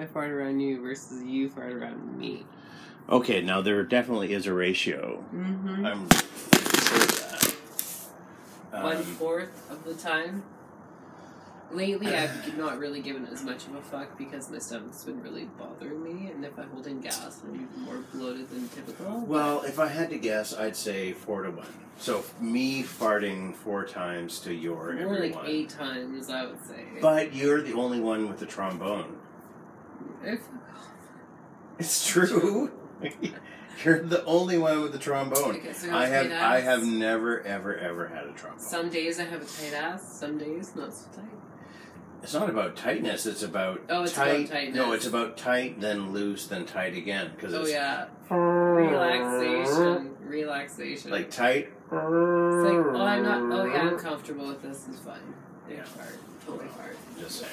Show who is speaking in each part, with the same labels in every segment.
Speaker 1: I fart around you versus you fart around me.
Speaker 2: Okay, now there definitely is a ratio.
Speaker 1: Mm-hmm.
Speaker 2: I'm that. Um,
Speaker 1: One fourth of the time. Lately, I've not really given as much of a fuck because my stomach's been really bothering me, and if I hold in gas, I'm even more bloated than typical.
Speaker 2: Well, if I had to guess, I'd say four to one. So me farting four times to your
Speaker 1: More like
Speaker 2: everyone.
Speaker 1: eight times, I would say.
Speaker 2: But you're the only one with the trombone.
Speaker 1: If-
Speaker 2: It's true. you're the only one with the trombone.
Speaker 1: okay, so it
Speaker 2: I
Speaker 1: was
Speaker 2: have
Speaker 1: tight
Speaker 2: I
Speaker 1: ass.
Speaker 2: have never ever ever had a trombone.
Speaker 1: Some days I have a tight ass, some days not so tight.
Speaker 2: it's not about tightness. It's about
Speaker 1: Oh, it's about
Speaker 2: tight.
Speaker 1: tightness.
Speaker 2: No, it's about tight, then loose, then tight again. Because
Speaker 1: Oh
Speaker 2: it's
Speaker 1: yeah, relaxation, relaxation.
Speaker 2: like tight.
Speaker 1: it's like, oh, I'm not. Oh yeah, I'm comfortable with this. It's fine. Big
Speaker 2: Yeah.
Speaker 1: fart, totally fart.
Speaker 2: Just saying.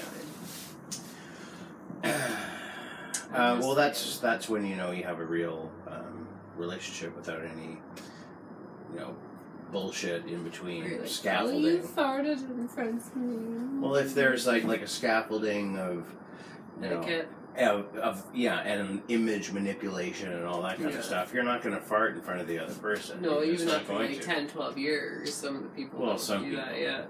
Speaker 1: Fine.
Speaker 2: Uh, well, that's that's when you know you have a real um, relationship withow any, you know, bullshit in between
Speaker 1: You're like,
Speaker 2: scaffolding.
Speaker 1: Oh, you farted in front of me.
Speaker 2: Well, if there's like like a scaffolding of, you know,
Speaker 1: Etiquette.
Speaker 2: of, of yeah, and image manipulation and all that kind
Speaker 1: Yeah.
Speaker 2: of stuff, you're not going to fart in front of the other person.
Speaker 1: No,
Speaker 2: you're just
Speaker 1: even
Speaker 2: not
Speaker 1: after
Speaker 2: going
Speaker 1: like
Speaker 2: to.
Speaker 1: 10, 12 years, some of the people
Speaker 2: Well,
Speaker 1: don't
Speaker 2: some
Speaker 1: do
Speaker 2: people.
Speaker 1: that. Yeah.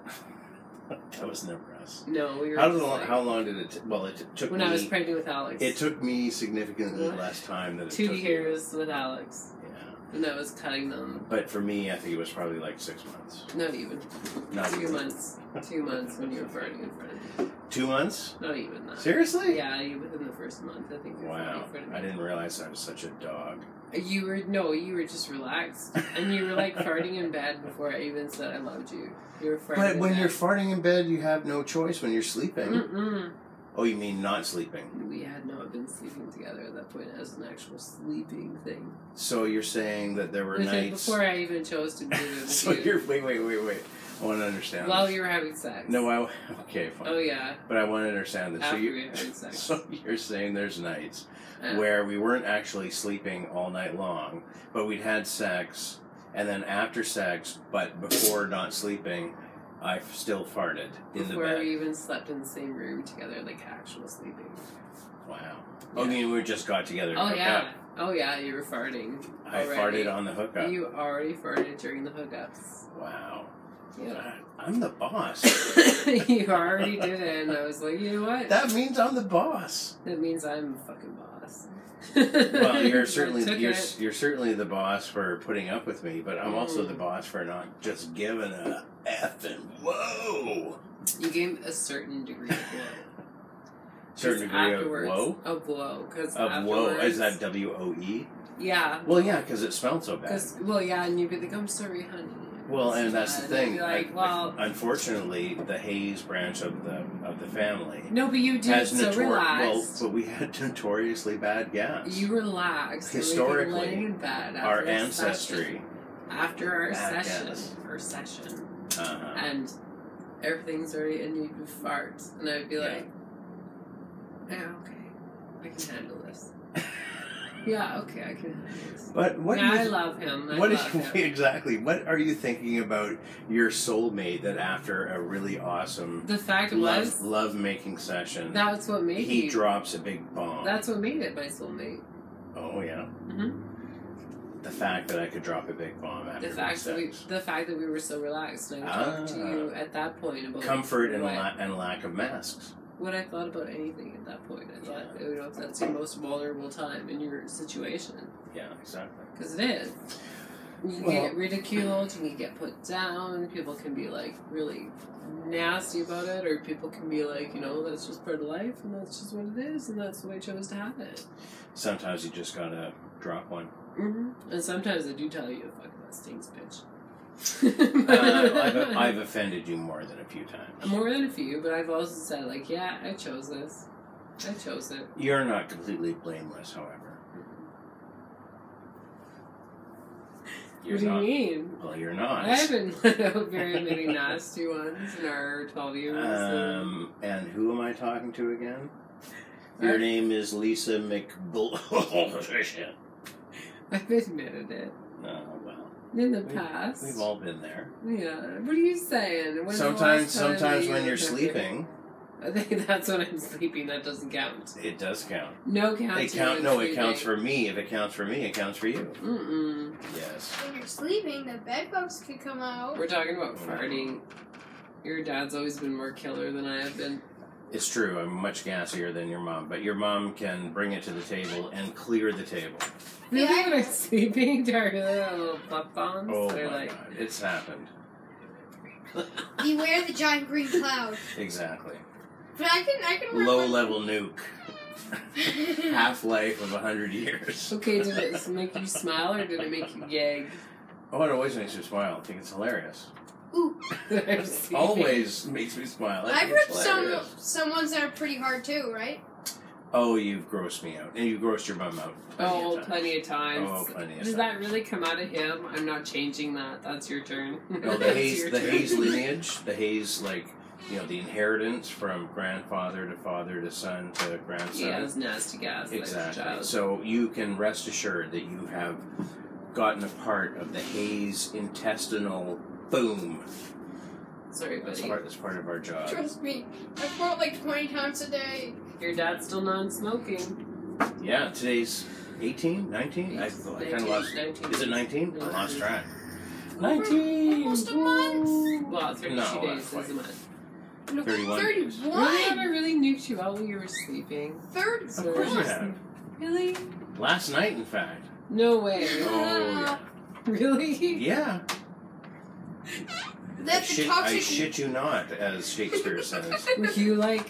Speaker 2: That was never us.
Speaker 1: No, we were.
Speaker 2: How
Speaker 1: just
Speaker 2: long?
Speaker 1: like-
Speaker 2: How long did it? T- well, it t- took
Speaker 1: When
Speaker 2: me.
Speaker 1: I was pregnant with Alex.
Speaker 2: it took me significantly
Speaker 1: Ugh.
Speaker 2: less time than it
Speaker 1: two
Speaker 2: took you.
Speaker 1: years with Alex,
Speaker 2: Yeah.
Speaker 1: and I was cutting them.
Speaker 2: But for me, I think it was probably like six months.
Speaker 1: Not even.
Speaker 2: Not
Speaker 1: two
Speaker 2: even.
Speaker 1: months. Two months when you were farting in front of me.
Speaker 2: Two months?
Speaker 1: Not even that.
Speaker 2: Seriously?
Speaker 1: Uh, Yeah, you within the first month, I think. you were farting
Speaker 2: Wow.
Speaker 1: in front of
Speaker 2: I
Speaker 1: me.
Speaker 2: didn't realize I was such a dog.
Speaker 1: You were no, you were just relaxed, and you were like farting in bed before I even said I loved you. You were farting.
Speaker 2: But
Speaker 1: in
Speaker 2: when
Speaker 1: bed.
Speaker 2: you're farting in bed, you have no choice when you're sleeping.
Speaker 1: Mm-mm.
Speaker 2: Oh, you mean not sleeping.
Speaker 1: We had not been sleeping together at that point as an actual sleeping thing.
Speaker 2: So you're saying that there were
Speaker 1: Which was
Speaker 2: nights.
Speaker 1: before I even chose to do it with
Speaker 2: so
Speaker 1: you.
Speaker 2: you're. Wait, wait, wait, wait. I want to understand.
Speaker 1: While
Speaker 2: this.
Speaker 1: we were having sex.
Speaker 2: No, I. Okay, fine.
Speaker 1: Oh yeah.
Speaker 2: But I want to understand this.
Speaker 1: After
Speaker 2: so you
Speaker 1: we had sex.
Speaker 2: So you're saying there's nights
Speaker 1: Uh,
Speaker 2: where we weren't actually sleeping all night long, but we'd had sex, and then after sex, but before not sleeping, I f- still farted in the
Speaker 1: before
Speaker 2: bed.
Speaker 1: we even slept in the same room together, like actual sleeping.
Speaker 2: Wow.
Speaker 1: Yeah.
Speaker 2: Oh, you mean we just got together? and
Speaker 1: Oh
Speaker 2: hooked
Speaker 1: yeah.
Speaker 2: up?
Speaker 1: Oh yeah, you were farting.
Speaker 2: I
Speaker 1: already.
Speaker 2: farted on the hookup.
Speaker 1: You already farted during the hookups.
Speaker 2: Wow.
Speaker 1: Yeah.
Speaker 2: I'm the boss.
Speaker 1: you already did it, and I was like, you know what?
Speaker 2: that means I'm the boss.
Speaker 1: That means I'm a fucking boss.
Speaker 2: Well,
Speaker 1: I
Speaker 2: you're certainly
Speaker 1: took
Speaker 2: you're
Speaker 1: it.
Speaker 2: you're certainly the boss for putting up with me, but I'm also
Speaker 1: Mm.
Speaker 2: the boss for not just giving a f and whoa.
Speaker 1: You gave a certain degree of blow.
Speaker 2: Certain
Speaker 1: 'Cause
Speaker 2: degree of
Speaker 1: afterwards-
Speaker 2: whoa.
Speaker 1: A blow, because
Speaker 2: Of whoa, is that W O E?
Speaker 1: yeah?
Speaker 2: Well, yeah, because it smelled so bad.
Speaker 1: Because well, yeah, and you'd be like, "I'm sorry, honey."
Speaker 2: Well, and that's the
Speaker 1: And I'd be
Speaker 2: thing.
Speaker 1: like,
Speaker 2: I-
Speaker 1: well,
Speaker 2: unfortunately, the Hayes branch of the of the family
Speaker 1: no, but you did
Speaker 2: has
Speaker 1: so
Speaker 2: notori- well,
Speaker 1: relaxed.
Speaker 2: but we had notoriously bad gas.
Speaker 1: you relaxed. and we've been
Speaker 2: Historically,
Speaker 1: laying in bed after
Speaker 2: Our
Speaker 1: a
Speaker 2: ancestry.
Speaker 1: session- after our
Speaker 2: Bad
Speaker 1: session,
Speaker 2: guess.
Speaker 1: our session,
Speaker 2: Uh-huh.
Speaker 1: and everything's already, and you'd be fart, and I'd be
Speaker 2: Yeah.
Speaker 1: like, "Yeah, okay, I can handle this." yeah, okay, I can handle this.
Speaker 2: But what
Speaker 1: yeah,
Speaker 2: do you
Speaker 1: I love him. I
Speaker 2: What is
Speaker 1: love him.
Speaker 2: exactly? What are you thinking about your soulmate that after a really awesome
Speaker 1: The fact
Speaker 2: love
Speaker 1: was,
Speaker 2: love making session,
Speaker 1: that's what made
Speaker 2: he
Speaker 1: you-
Speaker 2: drops a big bomb?
Speaker 1: That's what made it my soulmate.
Speaker 2: oh yeah.
Speaker 1: Mhm.
Speaker 2: The fact that I could drop a big bomb after
Speaker 1: The fact that we,
Speaker 2: sex.
Speaker 1: the fact that we were so relaxed, and I talked to
Speaker 2: Ah.
Speaker 1: you at that point about
Speaker 2: comfort and
Speaker 1: what,
Speaker 2: la- and lack of masks.
Speaker 1: what I thought about anything at that point. I thought, you know, if that's your most vulnerable time in your situation,
Speaker 2: Yeah, exactly.
Speaker 1: because it is. You
Speaker 2: Well-
Speaker 1: can get ridiculed, you can get put down. People can be like really nasty about it, or people can be like, you know, that's just part of life, and that's just what it is, and that's the way I chose to have it.
Speaker 2: Sometimes you just gotta drop one.
Speaker 1: hmm
Speaker 2: Mm-hmm.
Speaker 1: And sometimes I do tell you, fuck that stinks, bitch.
Speaker 2: Uh, I've, I've offended you more than a few times.
Speaker 1: More than a few, but I've also said, like, yeah, I chose this. I chose it.
Speaker 2: You're not completely blameless, however. You're
Speaker 1: what do
Speaker 2: not.
Speaker 1: you mean?
Speaker 2: Well, you're not.
Speaker 1: I haven't let out very many nasty ones in our 12 years.
Speaker 2: Um, and who am I talking to again? Your name is Lisa Oh, McBull.
Speaker 1: I've admitted it.
Speaker 2: oh, well,
Speaker 1: In the
Speaker 2: We-
Speaker 1: past.
Speaker 2: we've all been there.
Speaker 1: yeah. What are you saying? When's the
Speaker 2: sometimes,
Speaker 1: last time
Speaker 2: sometimes
Speaker 1: you
Speaker 2: when you're
Speaker 1: looked at me?
Speaker 2: sleeping,
Speaker 1: I think that's when I'm sleeping. That doesn't count.
Speaker 2: It does count.
Speaker 1: No count.
Speaker 2: It
Speaker 1: to
Speaker 2: count. No, it
Speaker 1: sleeping.
Speaker 2: counts for me. If it counts for me, it counts for you.
Speaker 1: Mm-mm.
Speaker 2: Yes.
Speaker 3: When you're sleeping, the bedbugs could come out.
Speaker 1: We're talking about farting. Your dad's always been more killer than I have been.
Speaker 2: It's true. I'm much gassier than your mom, but your mom can bring it to the table and clear the table.
Speaker 1: Really,
Speaker 3: Yeah.
Speaker 1: when I'm sleeping, dark little pop bombs.
Speaker 2: Oh
Speaker 1: they're
Speaker 2: my
Speaker 1: like,
Speaker 2: god, it's happened.
Speaker 3: Beware the giant green cloud.
Speaker 2: Exactly.
Speaker 3: But I can, I can.
Speaker 2: Low
Speaker 3: remember-
Speaker 2: level nuke. Half life of a hundred years.
Speaker 1: okay, did it make you smile or did it make you gag?
Speaker 2: Oh, it always makes me smile. I think it's hilarious.
Speaker 3: Ooh,
Speaker 1: That I'm sleeping?
Speaker 2: Always makes me smile. I
Speaker 3: I've
Speaker 2: think it's
Speaker 3: ripped some
Speaker 2: hilarious.
Speaker 3: some ones that are pretty hard too, right?
Speaker 2: Oh, you've grossed me out, and you grossed your bum out. Plenty
Speaker 1: Oh,
Speaker 2: of times.
Speaker 1: plenty of times.
Speaker 2: Oh, plenty of
Speaker 1: Does that
Speaker 2: times.
Speaker 1: really come out of him? I'm not changing that. That's your turn.
Speaker 2: No, the
Speaker 1: That's
Speaker 2: Hayes,
Speaker 1: your
Speaker 2: the
Speaker 1: turn.
Speaker 2: Hayes lineage, the Hayes like you know the inheritance from grandfather to father to son to grandson.
Speaker 1: Yeah, it's nasty gas.
Speaker 2: exactly.
Speaker 1: Like a child.
Speaker 2: So you can rest assured that you have gotten a part of the Hayes intestinal boom.
Speaker 1: Sorry,
Speaker 2: That's
Speaker 1: buddy.
Speaker 2: part. That's part of our job.
Speaker 3: Trust me, I fart like twenty times a day.
Speaker 1: Your dad's still non-smoking.
Speaker 2: Yeah, today's 18, 19? I, thought- I kind of lost.
Speaker 1: 19.
Speaker 2: Is it 19? I lost track. 19.
Speaker 3: Almost a month.
Speaker 1: Well, 32
Speaker 2: No,
Speaker 1: days
Speaker 2: that's
Speaker 1: is a month.
Speaker 3: No,
Speaker 2: 31.
Speaker 1: Really, have I
Speaker 3: 31.
Speaker 1: really nuked you out when you were sleeping?
Speaker 3: Third.
Speaker 2: Of course you
Speaker 1: Really?
Speaker 2: have.
Speaker 1: Really?
Speaker 2: Last night, in fact.
Speaker 1: No way.
Speaker 2: Oh,
Speaker 1: Really?
Speaker 2: yeah. I
Speaker 3: That's
Speaker 2: shit,
Speaker 3: a
Speaker 2: I
Speaker 3: toxic.
Speaker 2: shit you not, as Shakespeare says.
Speaker 1: Were you like,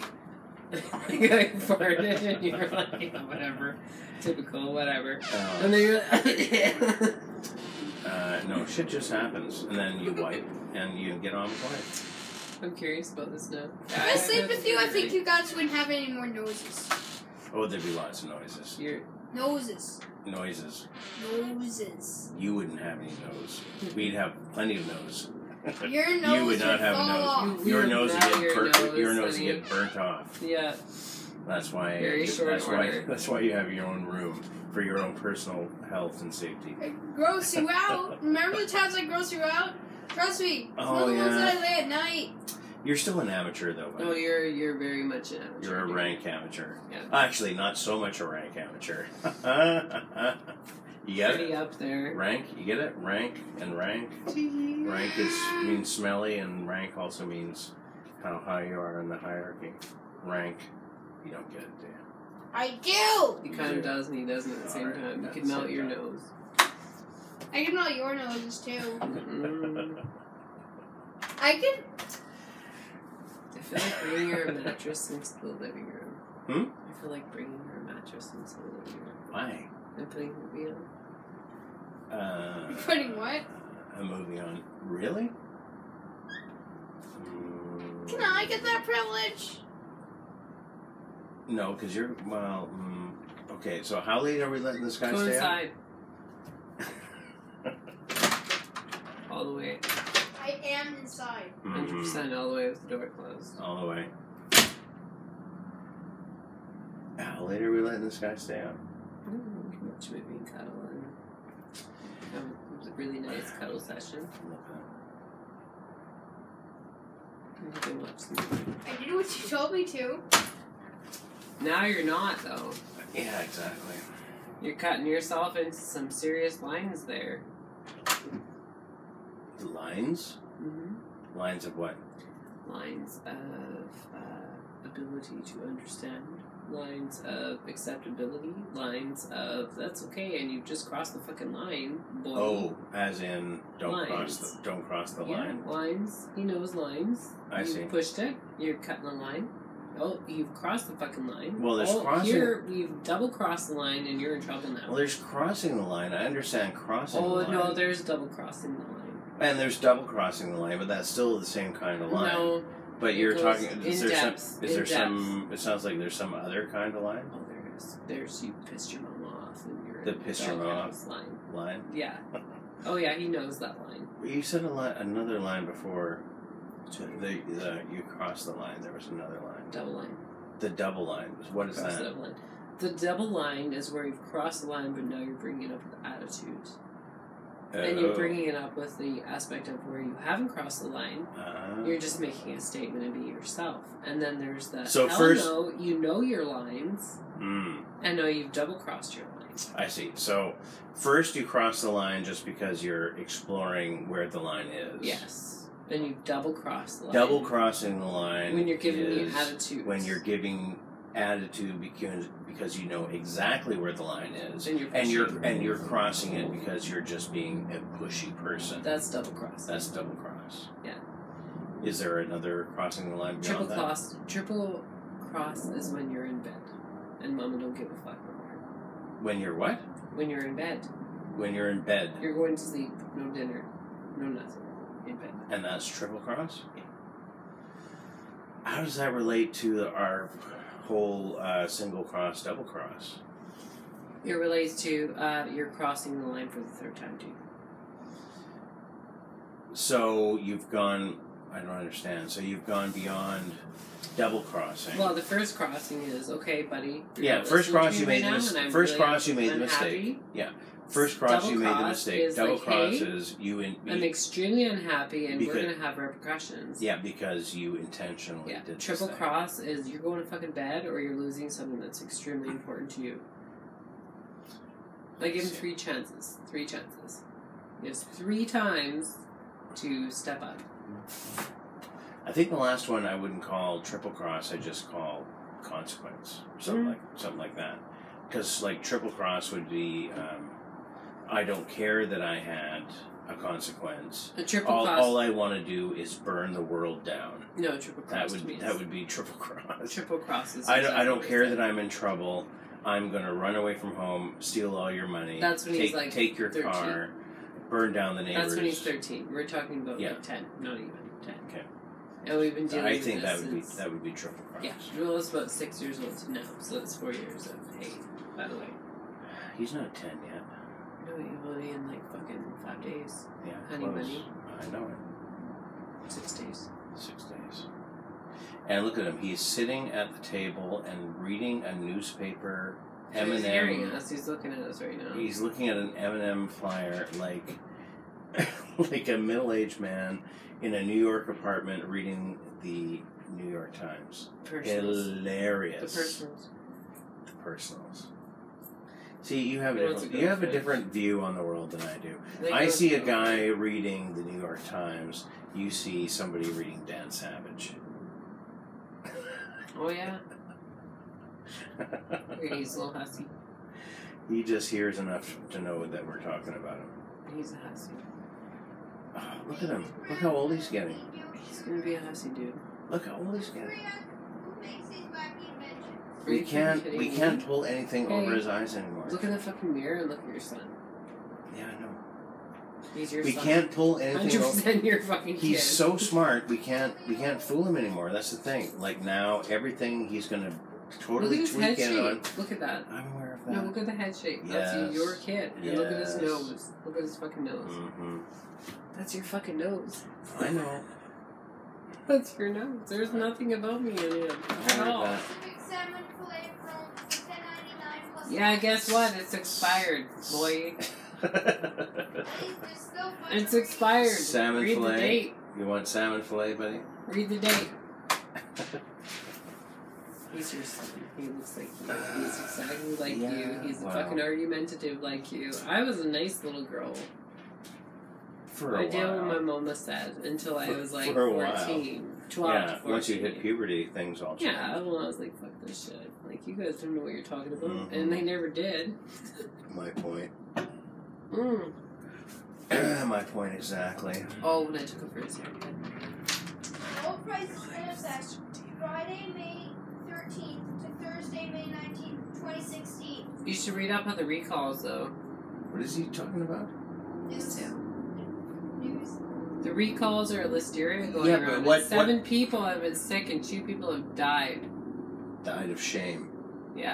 Speaker 1: I farted and you were like, yeah, whatever. Typical, whatever. And
Speaker 2: Uh,
Speaker 1: then you're like,
Speaker 2: uh, no, shit just happens, and then you wipe, and you get on with life.
Speaker 1: I'm curious about this now.
Speaker 3: if I sleep with you, I think you guys wouldn't have any more noses.
Speaker 2: Oh, there'd be lots of noises.
Speaker 1: You're,
Speaker 3: Noses.
Speaker 2: Noises.
Speaker 3: Noses.
Speaker 2: You wouldn't have any nose. We'd have plenty of nose.
Speaker 3: Your nose
Speaker 2: You would not have a
Speaker 3: fall
Speaker 2: nose.
Speaker 3: off.
Speaker 1: We
Speaker 2: Your
Speaker 1: would
Speaker 2: nose would
Speaker 1: not
Speaker 2: get
Speaker 1: your
Speaker 2: burnt.
Speaker 1: nose,
Speaker 2: your nose would
Speaker 1: honey.
Speaker 2: get burnt off.
Speaker 1: yeah.
Speaker 2: That's why.
Speaker 1: Very short
Speaker 2: that's
Speaker 1: order.
Speaker 2: why. That's why you have your own room for your own personal health and safety.
Speaker 3: I gross you out. Remember the times I gross you out? Trust me.
Speaker 2: Oh,
Speaker 3: one of the ones
Speaker 2: yeah.
Speaker 3: that I lay at night.
Speaker 2: You're still an amateur, though.
Speaker 1: No, you're you're very much an amateur.
Speaker 2: You're a rank amateur.
Speaker 1: Oh, Yeah.
Speaker 2: Actually, not so much a rank amateur. you get
Speaker 1: Pretty
Speaker 2: it?
Speaker 1: up there.
Speaker 2: Rank, you get it? Rank and rank. Rank is means smelly, and rank also means how high you are in the hierarchy. Rank, you don't get it, do you?
Speaker 3: I do.
Speaker 1: He kind
Speaker 2: Yeah.
Speaker 1: of does and he doesn't at the same
Speaker 2: Alright,
Speaker 1: time. You
Speaker 2: at
Speaker 1: could
Speaker 2: the
Speaker 1: melt
Speaker 2: same
Speaker 1: your
Speaker 2: time.
Speaker 1: nose.
Speaker 3: I can melt your noses too.
Speaker 1: Mm.
Speaker 3: I can.
Speaker 1: I feel like bringing her a mattress into the living room.
Speaker 2: Hmm?
Speaker 1: I feel like bringing her a mattress into the living room
Speaker 2: Why?
Speaker 1: and putting her you know,
Speaker 2: Uh,
Speaker 3: Putting what?
Speaker 2: A movie on. Really? Hmm.
Speaker 3: Can I get that privilege?
Speaker 2: No, because you're, well, mm, okay, so how late are we letting this guy
Speaker 1: Go
Speaker 2: stay? out?
Speaker 1: inside. all the way.
Speaker 3: I am inside.
Speaker 1: Hundred
Speaker 2: Mhm.
Speaker 1: percent all the way with the door closed.
Speaker 2: Hmm, All the way. How late are we letting this guy stay out?
Speaker 1: Mm, we can watch a movie and cuddle and um, it was a really nice cuddle session. And you can watch some-
Speaker 3: I did what you told me to.
Speaker 1: Now you're not though.
Speaker 2: Yeah, exactly.
Speaker 1: You're cutting yourself into some serious lines there.
Speaker 2: The lines?
Speaker 1: Mm-hmm.
Speaker 2: Lines of what?
Speaker 1: lines of uh, ability to understand, lines of acceptability, lines of that's okay, and you just crossed the fucking line, boy.
Speaker 2: Oh, as in don't cross
Speaker 1: Lines.
Speaker 2: the don't cross the
Speaker 1: yeah,
Speaker 2: line.
Speaker 1: lines. He knows lines.
Speaker 2: I
Speaker 1: you
Speaker 2: see.
Speaker 1: Pushed it. You're cutting the line. Oh, you've crossed the fucking line.
Speaker 2: Well, there's
Speaker 1: oh,
Speaker 2: crossing-
Speaker 1: Here we've double crossed the line, and you're in trouble now.
Speaker 2: Well, there's crossing the line. I understand crossing the
Speaker 1: oh
Speaker 2: line.
Speaker 1: no, there's double crossing the line.
Speaker 2: and there's double crossing the line, but that's still the same kind of line.
Speaker 1: No.
Speaker 2: but
Speaker 1: it
Speaker 2: you're
Speaker 1: goes
Speaker 2: talking.
Speaker 1: in
Speaker 2: Is there
Speaker 1: depth,
Speaker 2: some? Is
Speaker 1: in
Speaker 2: there some? It sounds like there's some other kind of line.
Speaker 1: Oh, there's there's you pissed your mom off, and you're
Speaker 2: The
Speaker 1: in
Speaker 2: pissed your mom
Speaker 1: doghouse line.
Speaker 2: Line.
Speaker 1: Yeah. Oh yeah, he knows that line.
Speaker 2: You said a line, another line before. To the, the you crossed the line. There was another line.
Speaker 1: Double line.
Speaker 2: The double line. What is
Speaker 1: Cross the
Speaker 2: that?
Speaker 1: double line. The double line is where you've crossed the line, but now you're bringing it up with attitude. and you're
Speaker 2: Oh.
Speaker 1: bringing it up with the aspect of where you haven't crossed the line.
Speaker 2: Ah.
Speaker 1: You're just making a statement and be yourself. And then there's that.
Speaker 2: So
Speaker 1: hell
Speaker 2: first-
Speaker 1: no, you know your lines,
Speaker 2: Mm,
Speaker 1: and now you've double crossed your lines.
Speaker 2: I see. So first you cross the line just because you're exploring where the line is.
Speaker 1: Yes, and you double crossed the line.
Speaker 2: Double crossing the line
Speaker 1: when you're giving me
Speaker 2: is
Speaker 1: attitudes.
Speaker 2: when you're giving attitude because because you know exactly where the line is
Speaker 1: and you're,
Speaker 2: and you're
Speaker 1: pushing.
Speaker 2: and you're crossing it because you're just being a pushy person.
Speaker 1: that's double cross.
Speaker 2: That's double cross.
Speaker 1: Yeah.
Speaker 2: Is there another crossing the line
Speaker 1: Triple
Speaker 2: beyond that?
Speaker 1: cross. Triple cross is when you're in bed, and Mama don't give a fuck no more.
Speaker 2: When you're what?
Speaker 1: When you're in bed,
Speaker 2: When you're in bed,
Speaker 1: you're going to sleep, no dinner, no nothing, in bed.
Speaker 2: and that's triple cross.
Speaker 1: Yeah.
Speaker 2: How does that relate to our whole uh, single cross, double cross?
Speaker 1: It relates to uh, you're crossing the line for the third time too.
Speaker 2: So you've gone. I don't understand. So you've gone beyond double crossing.
Speaker 1: Well, the first crossing is okay, buddy. you're
Speaker 2: Yeah,
Speaker 1: not
Speaker 2: first
Speaker 1: listening
Speaker 2: cross
Speaker 1: to
Speaker 2: you
Speaker 1: me
Speaker 2: made the
Speaker 1: right
Speaker 2: mis-
Speaker 1: now, and I'm
Speaker 2: first
Speaker 1: really
Speaker 2: cross you made the
Speaker 1: unhappy.
Speaker 2: mistake. First cross,
Speaker 1: double
Speaker 2: you made the
Speaker 1: cross
Speaker 2: mistake.
Speaker 1: is
Speaker 2: Double
Speaker 1: like, hey,
Speaker 2: cross is you. In,
Speaker 1: I'm extremely unhappy, and we're
Speaker 2: Because-
Speaker 1: gonna have repercussions.
Speaker 2: yeah, because you intentionally
Speaker 1: Yeah.
Speaker 2: did this
Speaker 1: Triple
Speaker 2: thing.
Speaker 1: cross is you're going to fucking bed, or you're losing something that's extremely important to you. I give him three chances. Three chances. He has three times to step up.
Speaker 2: I think the last one I wouldn't call triple cross. I just call consequence, something
Speaker 1: Mm.
Speaker 2: like something like that. Because like triple cross would be, um, I don't care that I had a consequence.
Speaker 1: A triple
Speaker 2: All,
Speaker 1: cross.
Speaker 2: all I want to do is burn the world down.
Speaker 1: no, triple cross.
Speaker 2: That
Speaker 1: to me
Speaker 2: would
Speaker 1: is-
Speaker 2: that would be triple cross.
Speaker 1: Triple cross is.
Speaker 2: I don't I don't
Speaker 1: exactly
Speaker 2: care
Speaker 1: what he
Speaker 2: that I'm in trouble. I'm gonna run away from home, steal all your money.
Speaker 1: That's when
Speaker 2: take,
Speaker 1: he's, like,
Speaker 2: take your
Speaker 1: 13.
Speaker 2: car, burn down the
Speaker 1: said.
Speaker 2: neighbors.
Speaker 1: That's when he's 13. We're talking about
Speaker 2: Yeah.
Speaker 1: like 10, not even 10.
Speaker 2: Okay.
Speaker 1: And we've been dealing
Speaker 2: I
Speaker 1: with
Speaker 2: think
Speaker 1: this
Speaker 2: that would be
Speaker 1: since-
Speaker 2: that would be triple cross.
Speaker 1: Yeah, Jewel is about six years old to now, so that's four years of hate, by the way.
Speaker 2: He's not ten yet.
Speaker 1: No, you will be in like fucking five days,
Speaker 2: Yeah,
Speaker 1: Honey
Speaker 2: close.
Speaker 1: bunny.
Speaker 2: I know it.
Speaker 1: six days.
Speaker 2: Six days. And look at him. He's sitting at the table and reading a newspaper.
Speaker 1: So He's hearing
Speaker 2: Eminem.
Speaker 1: us, he's looking at us right now.
Speaker 2: He's looking at an Eminem flyer, like like a middle-aged man in a New York apartment reading the New York Times.
Speaker 1: Personals. The
Speaker 2: Hilarious.
Speaker 1: personals.
Speaker 2: The personals. See, you have a
Speaker 1: He wants
Speaker 2: different,
Speaker 1: to go
Speaker 2: you have a
Speaker 1: first.
Speaker 2: different view on the world than I do.
Speaker 1: They
Speaker 2: I
Speaker 1: go
Speaker 2: see a
Speaker 1: through.
Speaker 2: guy reading the New York Times. You see somebody reading Dan Savage.
Speaker 1: Oh, yeah. Here, He's a little hussy.
Speaker 2: he just hears enough to know that we're talking about him.
Speaker 1: He's a hussy.
Speaker 2: Oh, look at him. Look how old he's getting.
Speaker 1: He's gonna be a hussy dude.
Speaker 2: Look how old he's getting.
Speaker 3: Who makes these wacky inventions?
Speaker 1: Are you
Speaker 2: We
Speaker 1: fucking
Speaker 2: can't
Speaker 1: kidding
Speaker 2: we
Speaker 1: me?
Speaker 2: can't pull anything over
Speaker 1: Hey,
Speaker 2: his eyes anymore.
Speaker 1: Look in the fucking mirror and look at your son.
Speaker 2: yeah, I know.
Speaker 1: He's your
Speaker 2: We
Speaker 1: son.
Speaker 2: can't pull anything
Speaker 1: Hundred
Speaker 2: over.
Speaker 1: percent your fucking kid.
Speaker 2: He's so smart. We can't we can't fool him anymore. That's the thing. Like now, everything he's gonna
Speaker 1: look at
Speaker 2: totally
Speaker 1: his head
Speaker 2: tweak in on.
Speaker 1: shape. Look at that.
Speaker 2: I'm aware of that.
Speaker 1: No, look at the head shape.
Speaker 2: Yes.
Speaker 1: That's your kid. And look at his
Speaker 2: Yes.
Speaker 1: nose. Look at his fucking nose.
Speaker 2: hmm
Speaker 1: That's your fucking nose.
Speaker 2: I know.
Speaker 1: That's your nose. There's nothing about me in it at
Speaker 2: heard
Speaker 1: all.
Speaker 2: that.
Speaker 3: Civic salmon fillet from 10.99 plus.
Speaker 1: Yeah, guess what? It's expired, boy.
Speaker 3: At least they're still fucking
Speaker 1: It's expired.
Speaker 2: Salmon
Speaker 1: Read
Speaker 2: fillet.
Speaker 1: the date.
Speaker 2: you want salmon fillet, buddy?
Speaker 1: Read the date. He's your son. He looks like you. He's exactly like you.
Speaker 2: Yeah,
Speaker 1: He's
Speaker 2: wow.
Speaker 1: fucking argumentative like you. I was a nice little girl.
Speaker 2: For a
Speaker 1: I did what
Speaker 2: while.
Speaker 1: my mama said until I was like
Speaker 2: For a while.
Speaker 1: 14. 12,
Speaker 2: yeah,
Speaker 1: 14.
Speaker 2: once you hit puberty, things all change.
Speaker 1: Yeah, well, I was like, fuck this shit. Like, you guys don't know what you're talking about.
Speaker 2: Mhm.
Speaker 1: And they never did.
Speaker 2: My point.
Speaker 1: Mm.
Speaker 2: my point exactly.
Speaker 1: Oh, when I took him for his haircut.
Speaker 3: All prices in effect Friday, May 13th to Thursday, May 19th, 2016.
Speaker 1: You should read up on the recalls, though.
Speaker 2: What is he talking about?
Speaker 3: News. News.
Speaker 1: The recalls are a listeria going
Speaker 2: Yeah, but
Speaker 1: around. and
Speaker 2: what-
Speaker 1: Seven people have been sick and two people have died.
Speaker 2: Died of shame.